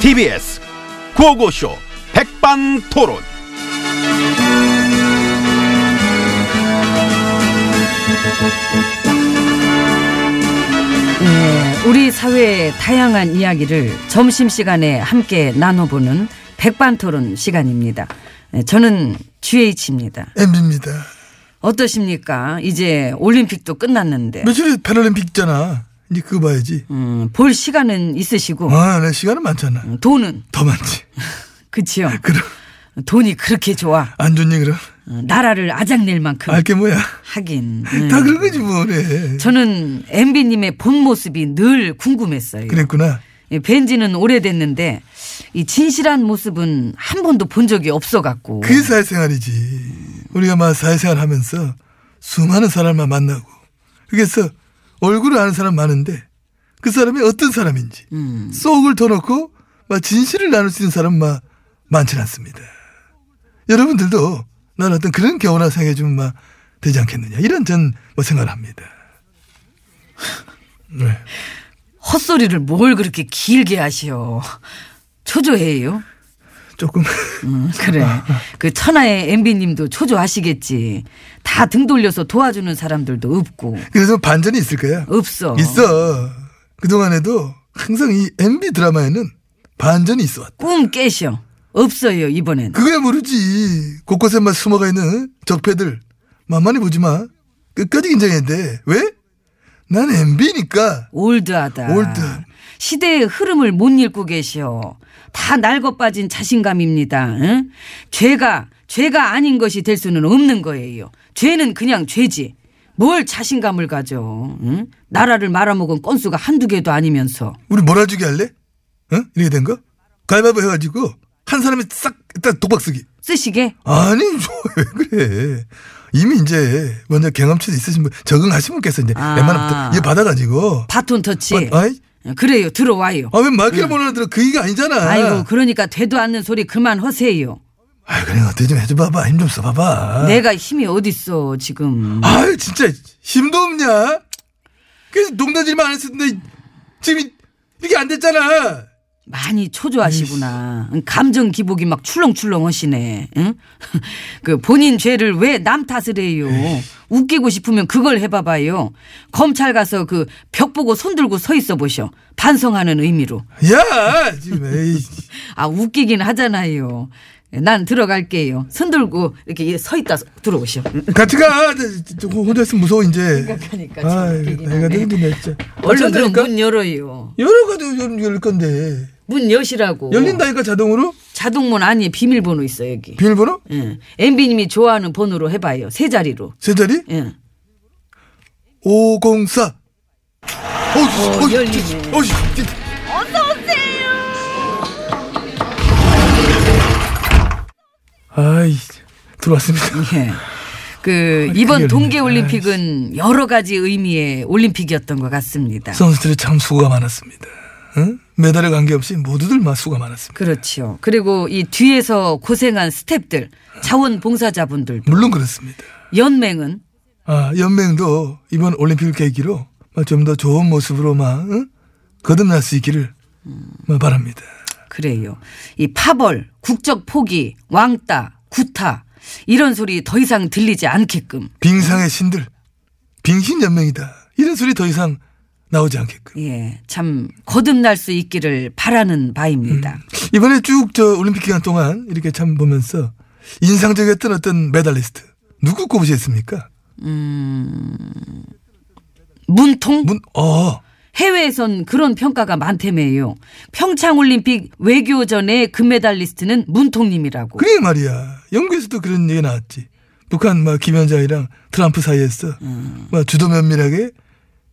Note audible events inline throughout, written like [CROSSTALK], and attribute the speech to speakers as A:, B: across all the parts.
A: TBS 구호고쇼 백반토론.
B: 네, 우리 사회의 다양한 이야기를 점심시간에 함께 나눠보는 백반토론 시간입니다. 네, 저는 GH입니다.
C: MB입니다.
B: 어떠십니까? 이제 올림픽도 끝났는데
C: 며칠 후에 패럴림픽 있잖아. 이제 그거 봐야지.
B: 음, 볼 시간은 있으시고
C: 아, 내 시간은 많잖아.
B: 음, 돈은
C: 더 많지.
B: 그치요?
C: 그럼
B: 돈이 그렇게 좋아
C: 안 좋니 그럼?
B: 음, 나라를 아작낼 만큼
C: 알게 뭐야.
B: 하긴 음.
C: 다 그런 거지 뭐래.
B: 저는 MB님의 본 모습이 늘 궁금했어요.
C: 그랬구나.
B: 예, 뵌지는 오래됐는데 이 진실한 모습은 한 번도 본 적이 없어갖고
C: 그게 사회생활이지. 우리가 막 사회생활 하면서 수많은 사람만 만나고 그래서 얼굴을 아는 사람 많은데 그 사람이 어떤 사람인지 속을 더 넣고 막 진실을 나눌 수 있는 사람 막 많지 않습니다. 여러분들도 난 어떤 그런 경우나 생각해 주면 막 되지 않겠느냐 이런 전 뭐 생각을 합니다. 네.
B: 헛소리를 뭘 그렇게 길게 하시오. 초조해요.
C: 조금 [LAUGHS]
B: 음, 그래. 그 천하의 MB님도 초조하시겠지. 다 등 돌려서 도와주는 사람들도 없고
C: 그래서 반전이 있을 거야.
B: 없어.
C: 있어. 그동안에도 항상 이 MB 드라마에는 반전이 있어 왔다.
B: 꿈 깨셔. 없어요 이번엔.
C: 그거야 모르지. 곳곳에만 숨어가 있는 적폐들 만만히 보지 마. 끝까지 긴장해야 돼. 왜? 난 MB니까.
B: 올드하다.
C: 올드.
B: 시대의 흐름을 못 읽고 계시오. 다 낡어 빠진 자신감입니다. 응? 죄가 죄가 아닌 것이 될 수는 없는 거예요. 죄는 그냥 죄지. 뭘 자신감을 가져? 응? 나라를 말아먹은 건수가 한두 개도 아니면서
C: 우리 몰아주기 할래? 어? 이렇게 된 거? 가위바위보 해가지고 한 사람이 싹 일단 독박 쓰기.
B: 쓰시게
C: 아니 [LAUGHS] 저왜 그래? 이미 이제 먼저 경험치도 있으신 분 적응하신 분께서 이제
B: 아. 네.
C: 웬만하면 얘 받아가지고.
B: 바톤 터치.
C: 아, 아이,
B: 그래요. 어, 들어와요.
C: 아왜 말귀를 모르는 들어 그 얘기 아니잖아.
B: 음. 아이고 그러니까 되도 않는 소리 그만 하세요.
C: 아이, 그래 어떻게 좀 해줘봐봐 힘 좀 써봐봐.
B: 내가 힘이 어딨어 지금.
C: 아유 진짜 힘도 없냐? 그래서 농단질만 안 했을 텐데 지금 이- 이렇게 안 됐잖아.
B: 많이 초조하시구나. 감정 기복이 막 출렁출렁 하시네. 응? [LAUGHS] 그 본인 죄를 왜 남 탓을 해요. 웃기고 싶으면 그걸 해봐봐요. 검찰 가서 그 벽 보고 손 들고 서 있어 보셔. 반성하는 의미로.
C: 야 지금 에이
B: 아 웃기긴 하잖아요. 난 들어갈게요. 손 들고 이렇게 서 있다 들어오시오.
C: 같이 가. 저- 저 혼자 있으면 무서워 이제.
B: 생각하니까 참
C: 아유
B: 웃기긴
C: 내가
B: 하네.
C: 힘드네 진짜.
B: 얼른 그럼
C: 괜찮다니까?
B: 문 열어요.
C: 열어가지고 열- 열릴 건데
B: 문 여시라고.
C: 열린다니까 자동으로
B: 자동문 안에 비밀번호 있어 여기.
C: 비밀번호
B: 응. MB님이 좋아하는 번호로 해봐요. 세 자리로. 예.
C: 세 자리
B: 응.
C: 504. 어, 어, 어,
B: 열리네.
C: 어, 씨. 아이 들어왔습니다. [LAUGHS]
B: 예. 그
C: 아니, 아,
B: 이번
C: 그게
B: 동계
C: 열리네.
B: 올림픽은 여러 가지 의미의 올림픽이었던 것 같습니다.
C: 선수들이 참 수고가 많았습니다. 응? 메달에 관계없이 모두들 막 수고가 많았습니다.
B: 그렇죠. 그리고 이 뒤에서 고생한 스탭들, 자원봉사자분들,
C: 물론 그렇습니다.
B: 연맹은
C: 아, 연맹도 이번 올림픽을 계기로 좀 더 좋은 모습으로 막 응? 거듭날 수 있기를 막 바랍니다.
B: 그래요. 이 파벌, 국적 포기, 왕따, 구타 이런 소리 더 이상 들리지 않게끔.
C: 빙상의 신들, 빙신 연맹이다. 이런 소리 더 이상 나오지 않게끔.
B: 예, 참 거듭날 수 있기를 바라는
C: 음.
B: 바입니다.
C: 이번에 쭉 저 올림픽 기간 동안 이렇게 참 보면서 인상적이었던 어떤 메달리스트 누구 꼽으셨습니까?
B: 문통
C: 문, 어,
B: 해외에선 그런 평가가 많다며요. 평창올림픽 외교전의 금메달리스트는 문통님이라고.
C: 그러니까 그래 말이야. 영국에서도 그런 얘기 나왔지. 북한 막 김현장이랑 트럼프 사이에서 막 주도 면밀하게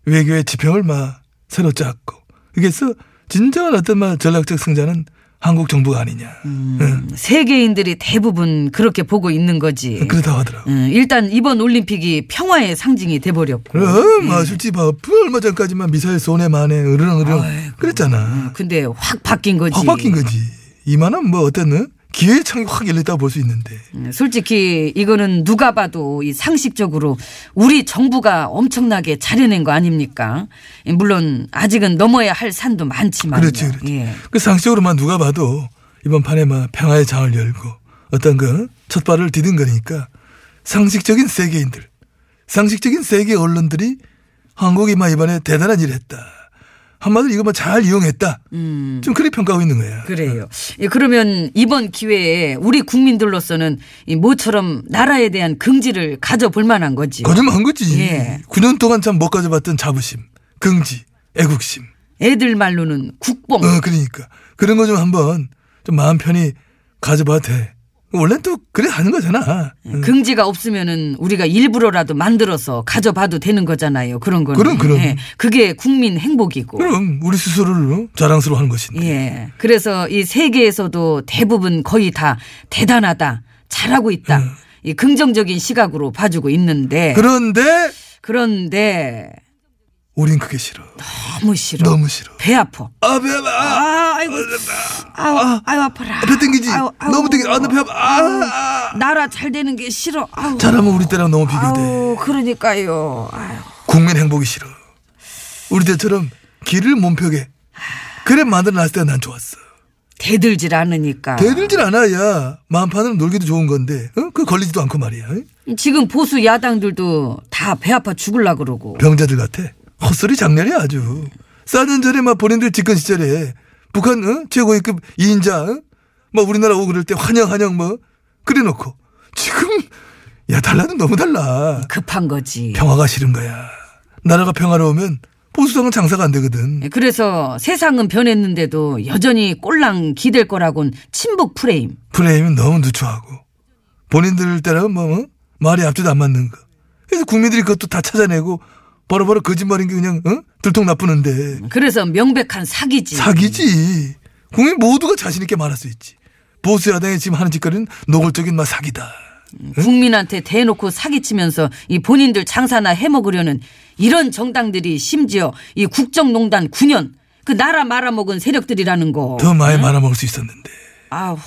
C: 외교의 지평을 막 새로 짰고 그래서 진정한 어떤 막 전략적 승자는 한국 정부가 아니냐.
B: 음.
C: 응.
B: 세계인들이 대부분 그렇게 보고 있는 거지.
C: 그러다 하더라고.
B: 음, 일단 이번 올림픽이 평화의 상징이 돼버렸고.
C: 그럼 막 솔직히 막 얼마 전까지만 미사일 손에 만에 으르렁 으르렁 그랬잖아.
B: 근데 확 바뀐 거지.
C: 확 바뀐 거지. 이만한 뭐 어떤 어? 기회의 창이 확 열렸다고 볼 수 있는데
B: 음, 솔직히 이거는 누가 봐도 이 상식적으로 우리 정부가 엄청나게 잘해낸 거 아닙니까? 예, 물론 아직은 넘어야 할 산도 많지만.
C: 그렇지, 그렇지.
B: 예.
C: 그 상식적으로만 누가 봐도 이번 판에 막 평화의 장을 열고 어떤 그 첫발을 디딘 거니까 상식적인 세계인들, 상식적인 세계 언론들이 한국이 막 이번에 대단한 일을 했다. 한마디로 이거 뭐 막잘 이용했다. 좀 그렇게 평가하고 있는 거야.
B: 음. 그래요. 예, 그러면 이번 기회에 우리 국민들로서는 이 모처럼 나라에 대한 긍지를 가져볼 만한 거지.
C: 거짓말 한 거지.
B: 예.
C: 9년 동안 참 못 가져봤던 자부심, 긍지, 애국심.
B: 애들 말로는 국뽕.
C: 어, 그러니까. 그런 거 좀 한번 좀 마음 편히 가져봐도 돼. 원래는 또 그래 하는 거잖아.
B: 음,
C: 응.
B: 긍지가 없으면은 우리가 일부러라도 만들어서 가져봐도 되는 거잖아요. 그런 거는.
C: 그럼, 그럼.
B: 예, 그게 국민 행복이고.
C: 그럼 우리 스스로를 어? 자랑스러워하는 것인데.
B: 예. 그래서 이 세계에서도 대부분 거의 다 대단하다, 잘하고 있다. 이 긍정적인 시각으로 봐주고 있는데
C: 음. 그런데
B: 그런데
C: 우린 그게 싫어.
B: 너무 싫어.
C: 너무 싫어.
B: 배 아파.
C: 아, 배 아파. 아,
B: 아, 아이고. 아우, 아유 아파라.
C: 배 땡기지.
B: 아유, 아유.
C: 너무 땡기. 아, 나배 아파. 아, 아.
B: 나라 잘 되는 게 싫어. 아우.
C: 잘하면 우리 때랑 너무 비교돼.
B: 아우, 그러니까요. 아유.
C: 국민 행복이 싫어. 우리 때처럼 길을 몸표게. 그래 만들어놨을 때 난 좋았어.
B: 대들질 않으니까.
C: 대들질 않아야 마음판으로 놀기도 좋은 건데, 어? 그 걸리지도 않고 말이야. 어?
B: 지금 보수 야당들도 다 배 아파 죽을라 그러고.
C: 병자들 같아. 헛소리 장난이야 아주. 싸전 절에막 본인들 집권 시절에 북한 어? 최고위급 2인자 어? 막 우리나라 오고 그럴 때 환영 환영 뭐 그래놓고 지금 야 달라는 너무 달라.
B: 급한 거지.
C: 평화가 싫은 거야. 나라가 평화로우면 보수당은 장사가 안 되거든.
B: 예, 그래서 세상은 변했는데도 여전히 꼴랑 기댈 거라곤 친북 프레임.
C: 프레임은 너무 누추하고 본인들 때랑은 뭐 어? 말이 앞뒤도 안 맞는 거. 그래서 국민들이 그것도 다 찾아내고 바로바로 거짓말인 게 그냥 어? 들통 나쁘는데.
B: 그래서 명백한 사기지.
C: 사기지. 국민 모두가 자신 있게 말할 수 있지. 보수 야당이 지금 하는 짓거리는 노골적인 막 사기다.
B: 국민한테 대놓고 사기치면서 이 본인들 장사나 해먹으려는 이런 정당들이 심지어 이 국정농단 9년 그 나라 말아먹은 세력들이라는 거.
C: 더 많이 말아먹을 수 있었는데.
B: 아우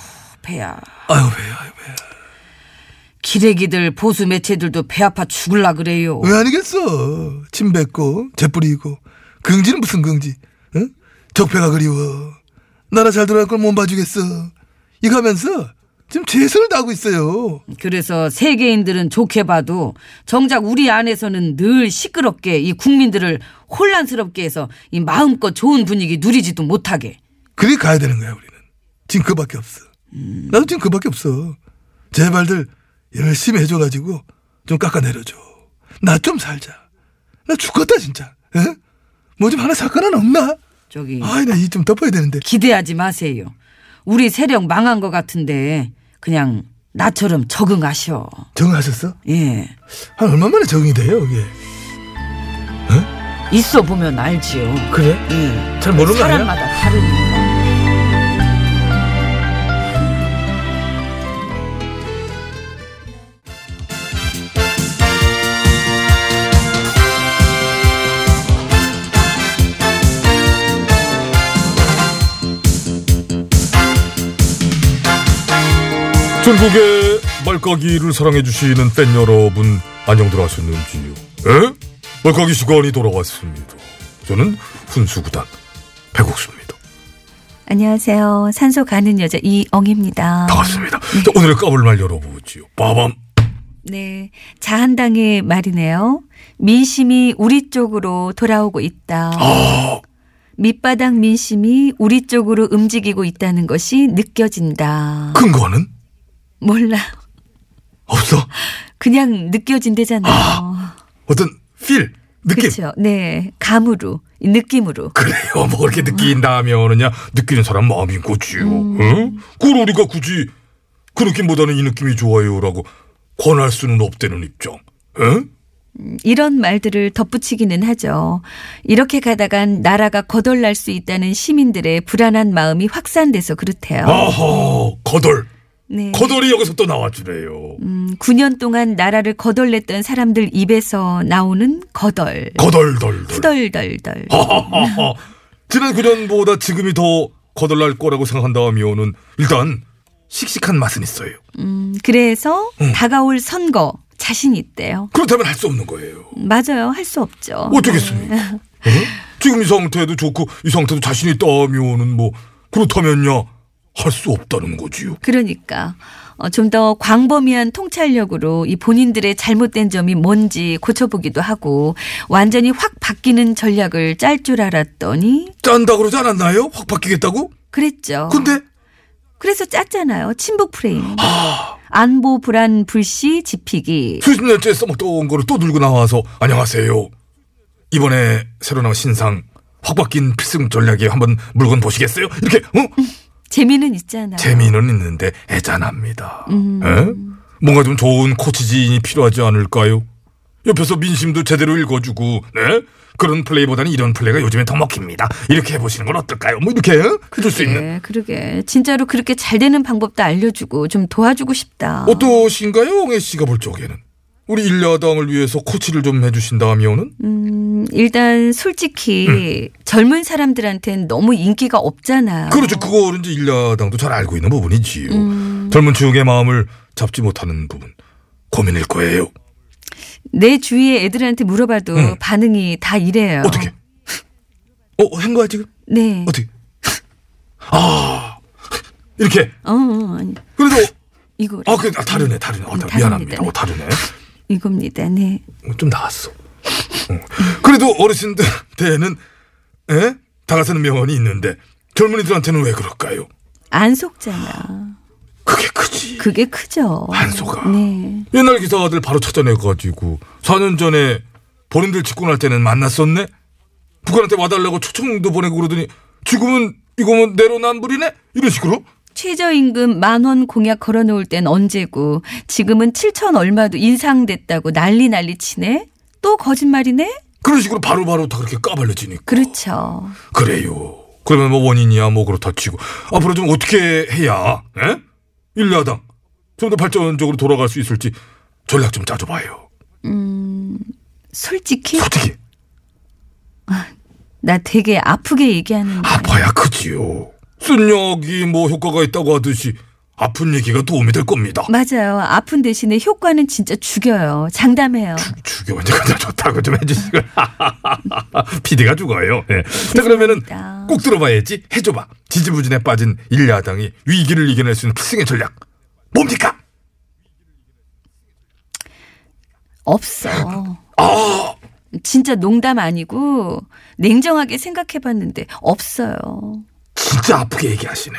B: 배야.
C: 아유 왜, 아유 왜.
B: 기레기들 보수 매체들도 배 아파 죽을라 그래요.
C: 왜 아니겠어. 침 뱉고 재뿌리고. 긍지는 무슨 긍지. 응? 적폐가 그리워. 나라 잘 돌아갈 걸 못 봐주겠어. 이거 하면서 지금 최선을 다하고 있어요.
B: 그래서 세계인들은 좋게 봐도 정작 우리 안에서는 늘 시끄럽게 이 국민들을 혼란스럽게 해서 이 마음껏 좋은 분위기 누리지도 못하게.
C: 그리 가야 되는 거야 우리는. 지금 그밖에 없어. 나도 지금 그밖에 없어. 제발들 열심히 해줘가지고 좀 깎아내려줘. 나 좀 살자. 나 죽겠다 진짜. 뭐 좀 하나 사건은 없나?
B: 저기
C: 아이 나 이 좀 덮어야 되는데.
B: 기대하지 마세요. 우리 세력 망한 것 같은데 그냥 나처럼 적응하셔.
C: 적응하셨어?
B: 예.
C: 한 얼마 만에 적응이 돼요 이게?
B: 있어 보면 알지요.
C: 그래?
B: 예.
C: 잘 모르는 거 아니야?
B: 사람마다 다르니까.
D: 전국의 말까기를 사랑해주시는 팬 여러분 안녕들 하셨는지요? 에? 말까기 시간이 돌아왔습니다. 저는 훈수구단 백옥수입니다.
E: 안녕하세요. 산소 가는 여자 이엉입니다.
D: 반갑습니다. 자, 오늘의 까불말 열어보지요. 빠밤.
E: 네. 자한당의 말이네요. 민심이 우리 쪽으로 돌아오고 있다. 밑바닥 민심이 우리 쪽으로 움직이고 있다는 것이 느껴진다.
D: 근거는
E: 몰라.
D: 없어.
E: 그냥 느껴진대잖아요.
D: 어떤 필 느낌.
E: 그렇죠. 네. 감으로, 느낌으로.
D: 그래요. 뭐 그렇게 느낀다면은야 느끼는 사람 마음인 거지요. 응? 그걸 우리가 굳이 그 느낌보다는 이 느낌이 좋아요라고 권할 수는 없다는 입장. 응?
E: 이런 말들을 덧붙이기는 하죠. 이렇게 가다간 나라가 거덜날 수 있다는 시민들의 불안한 마음이 확산돼서 그렇대요.
D: 어, 아하 거덜.
E: 네.
D: 거돌이 여기서 또 나와주래요.
E: 음, 9년 동안 나라를 거덜냈던 사람들 입에서 나오는 거덜.
D: 거덜덜덜.
E: 후덜덜덜.
D: 어? 하하하하. 지난 9년보다 지금이 더 거덜날 거라고 생각한다면은 일단 씩씩한 맛은 있어요.
E: 음, 그래서
D: 음.
E: 다가올 선거 자신 있대요.
D: 그렇다면 할 수 없는 거예요.
E: 맞아요. 할 수 없죠.
D: 어쩌겠습니까? 응? 지금 이 상태도 좋고 이 상태도 자신이 따면은 뭐 그렇다면야 할 수 없다는 거지요.
E: 그러니까 좀 더 광범위한 통찰력으로 이 본인들의 잘못된 점이 뭔지 고쳐보기도 하고 완전히 확 바뀌는 전략을 짤 줄 알았더니
D: 짠다 그러지 않았나요? 확 바뀌겠다고?
E: 그랬죠.
D: 근데
E: 그래서 짰잖아요. 친북 프레임.
D: 아.
E: 안보 불안 불시 지피기.
D: 수십 년째 써먹던 거를 또 들고 나와서 안녕하세요. 이번에 새로 나온 신상 확 바뀐 필승 전략에 한번 물건 보시겠어요? 이렇게 어?
E: 재미는 있잖아요.
D: 재미는 있는데 애잔합니다. 에? 뭔가 좀 좋은 코치진이 필요하지 않을까요? 옆에서 민심도 제대로 읽어주고 네? 그런 플레이보다는 이런 플레이가 요즘에 더 먹힙니다. 이렇게 해보시는 건 어떨까요? 뭐 이렇게 해줄 수 있는
E: 네, 그러게. 진짜로 그렇게 잘 되는 방법도 알려주고 좀 도와주고 싶다.
D: 어떠신가요? 옹혜 씨가 볼 적에는 우리 일야당을 위해서 코치를 좀 해주신다면은
E: 음, 일단 솔직히 젊은 사람들한테는 너무 인기가 없잖아요.
D: 음. 그렇죠. 그거는 이제 일야당도 잘 알고 있는 부분이지요. 젊은 지역의 마음을 잡지 못하는 부분 고민일 거예요.
E: 내 주위의 애들한테 물어봐도
D: 음.
E: 반응이 다 이래요.
D: 어떻게? 어, 한
C: 뭐
D: 거야 지금?
E: 네.
D: 어떻게? 아, 이렇게.
E: 어, 어, 아니,
D: 그래도
E: 이거
D: 아, 그 아, 다르네, 다르네. 어,
E: 음,
D: 다-
E: 다릅니다.
D: 미안합니다. 어, 다르네.
E: 이겁니다. 네.
D: 어, 좀 나았어. 어. 그래도 어르신들 대에는 에? 다가서는 명언이 있는데 젊은이들한테는 왜 그럴까요?
E: 안 속잖아.
D: 그게 크지.
E: 그게 크죠.
D: 안 속아.
E: 네.
D: 옛날 기사들 바로 찾아내가지고 4년 전에 본인들 집권할 때는 만났었네? 북한한테 와달라고 초청도 보내고 그러더니 지금은 이거면 내로남불이네? 이런 식으로?
E: 최저임금 만 원 공약 걸어놓을 땐 언제고 지금은 7천 얼마도 인상됐다고 난리 난리 치네. 또 거짓말이네.
D: 그런 식으로 바로바로 다 그렇게 까발려지니까.
E: 그렇죠.
D: 그래요. 그러면 뭐 원인이야 뭐 그렇다 치고 앞으로 좀 어떻게 해야 에? 일야당 좀 더 발전적으로 돌아갈 수 있을지 전략 좀 짜줘봐요.
E: 솔직히
D: 솔직히
E: 나 되게 아프게 얘기하는데
D: 아파야 크지요. 쓴 약이 뭐 효과가 있다고 하듯이 아픈 얘기가 도움이 될 겁니다.
E: 네. 맞아요. 아픈 대신에 효과는 진짜 죽여요. 장담해요.
D: 죽여 언제까지 좋다고 좀 해주시고 [LAUGHS] 피디가 죽어요. 예. 자 그러면은
E: 죄송합니다.
D: 꼭 들어봐야지 해줘봐. 지지부진에 빠진 일야당이 위기를 이겨낼 수 있는 필승의 전략 뭡니까?
E: 없어.
D: 아
E: 진짜 농담 아니고 냉정하게 생각해봤는데 없어요.
D: 진짜 아프게 얘기하시네.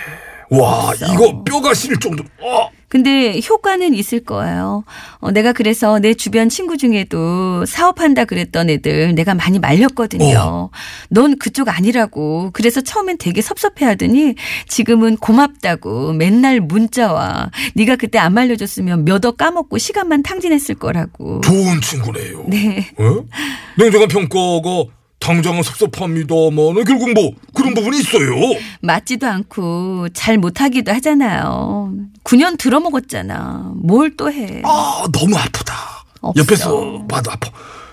D: 와 이거 뼈가 시릴 정도. 어.
E: 근데 효과는 있을 거예요. 어, 내가 그래서 내 주변 친구 중에도 사업한다 그랬던 애들 내가 많이 말렸거든요. 넌 그쪽 아니라고. 그래서 처음엔 되게 섭섭해하더니 지금은 고맙다고 맨날 문자와 네가 그때 안 말려줬으면 몇 억 까먹고 시간만 탕진했을 거라고.
D: 좋은 친구네요.
E: 네.
D: 예? 냉정한 평가가 당장은 섭섭합니다만 결국 뭐 그런 부분이 있어요.
E: 맞지도 않고 잘 못하기도 하잖아요. 9년 들어먹었잖아. 뭘 또 해.
D: 아 너무 아프다.
E: 없어.
D: 옆에서 봐도 아파.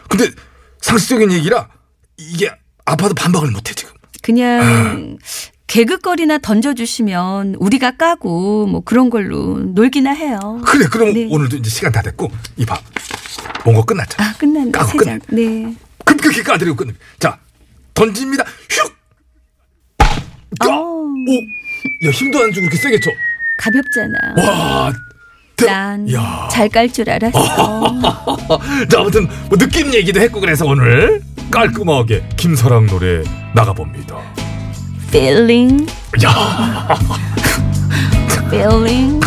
D: 근데 상식적인 얘기라 이게 아파도 반박을 못해 지금. 아.
E: 그냥 개그거리나 던져주시면 우리가 까고 뭐 그런 걸로 놀기나 해요.
D: 그래 그럼
E: 네.
D: 오늘도 이제 시간 다 됐고 이봐 본거 끝났잖아.
E: 아 끝났네.
D: 까고
E: 세
D: 끝내.
E: 장. 네.
D: 급격히 까드리고 끝내. 자 던집니다. 슉. 까.
E: 어우.
D: 오. 야 힘도 안 주고 그렇게 세게 쳐.
E: 가볍잖아.
D: 와.
E: 난 잘 깔 줄
D: [LAUGHS]
E: 알았어.
D: 자, 아무튼 뭐 느낌 얘기도 했고 그래서 오늘 깔끔하게 김사랑 노래 나가봅니다.
E: feeling,
D: 야,
E: feeling.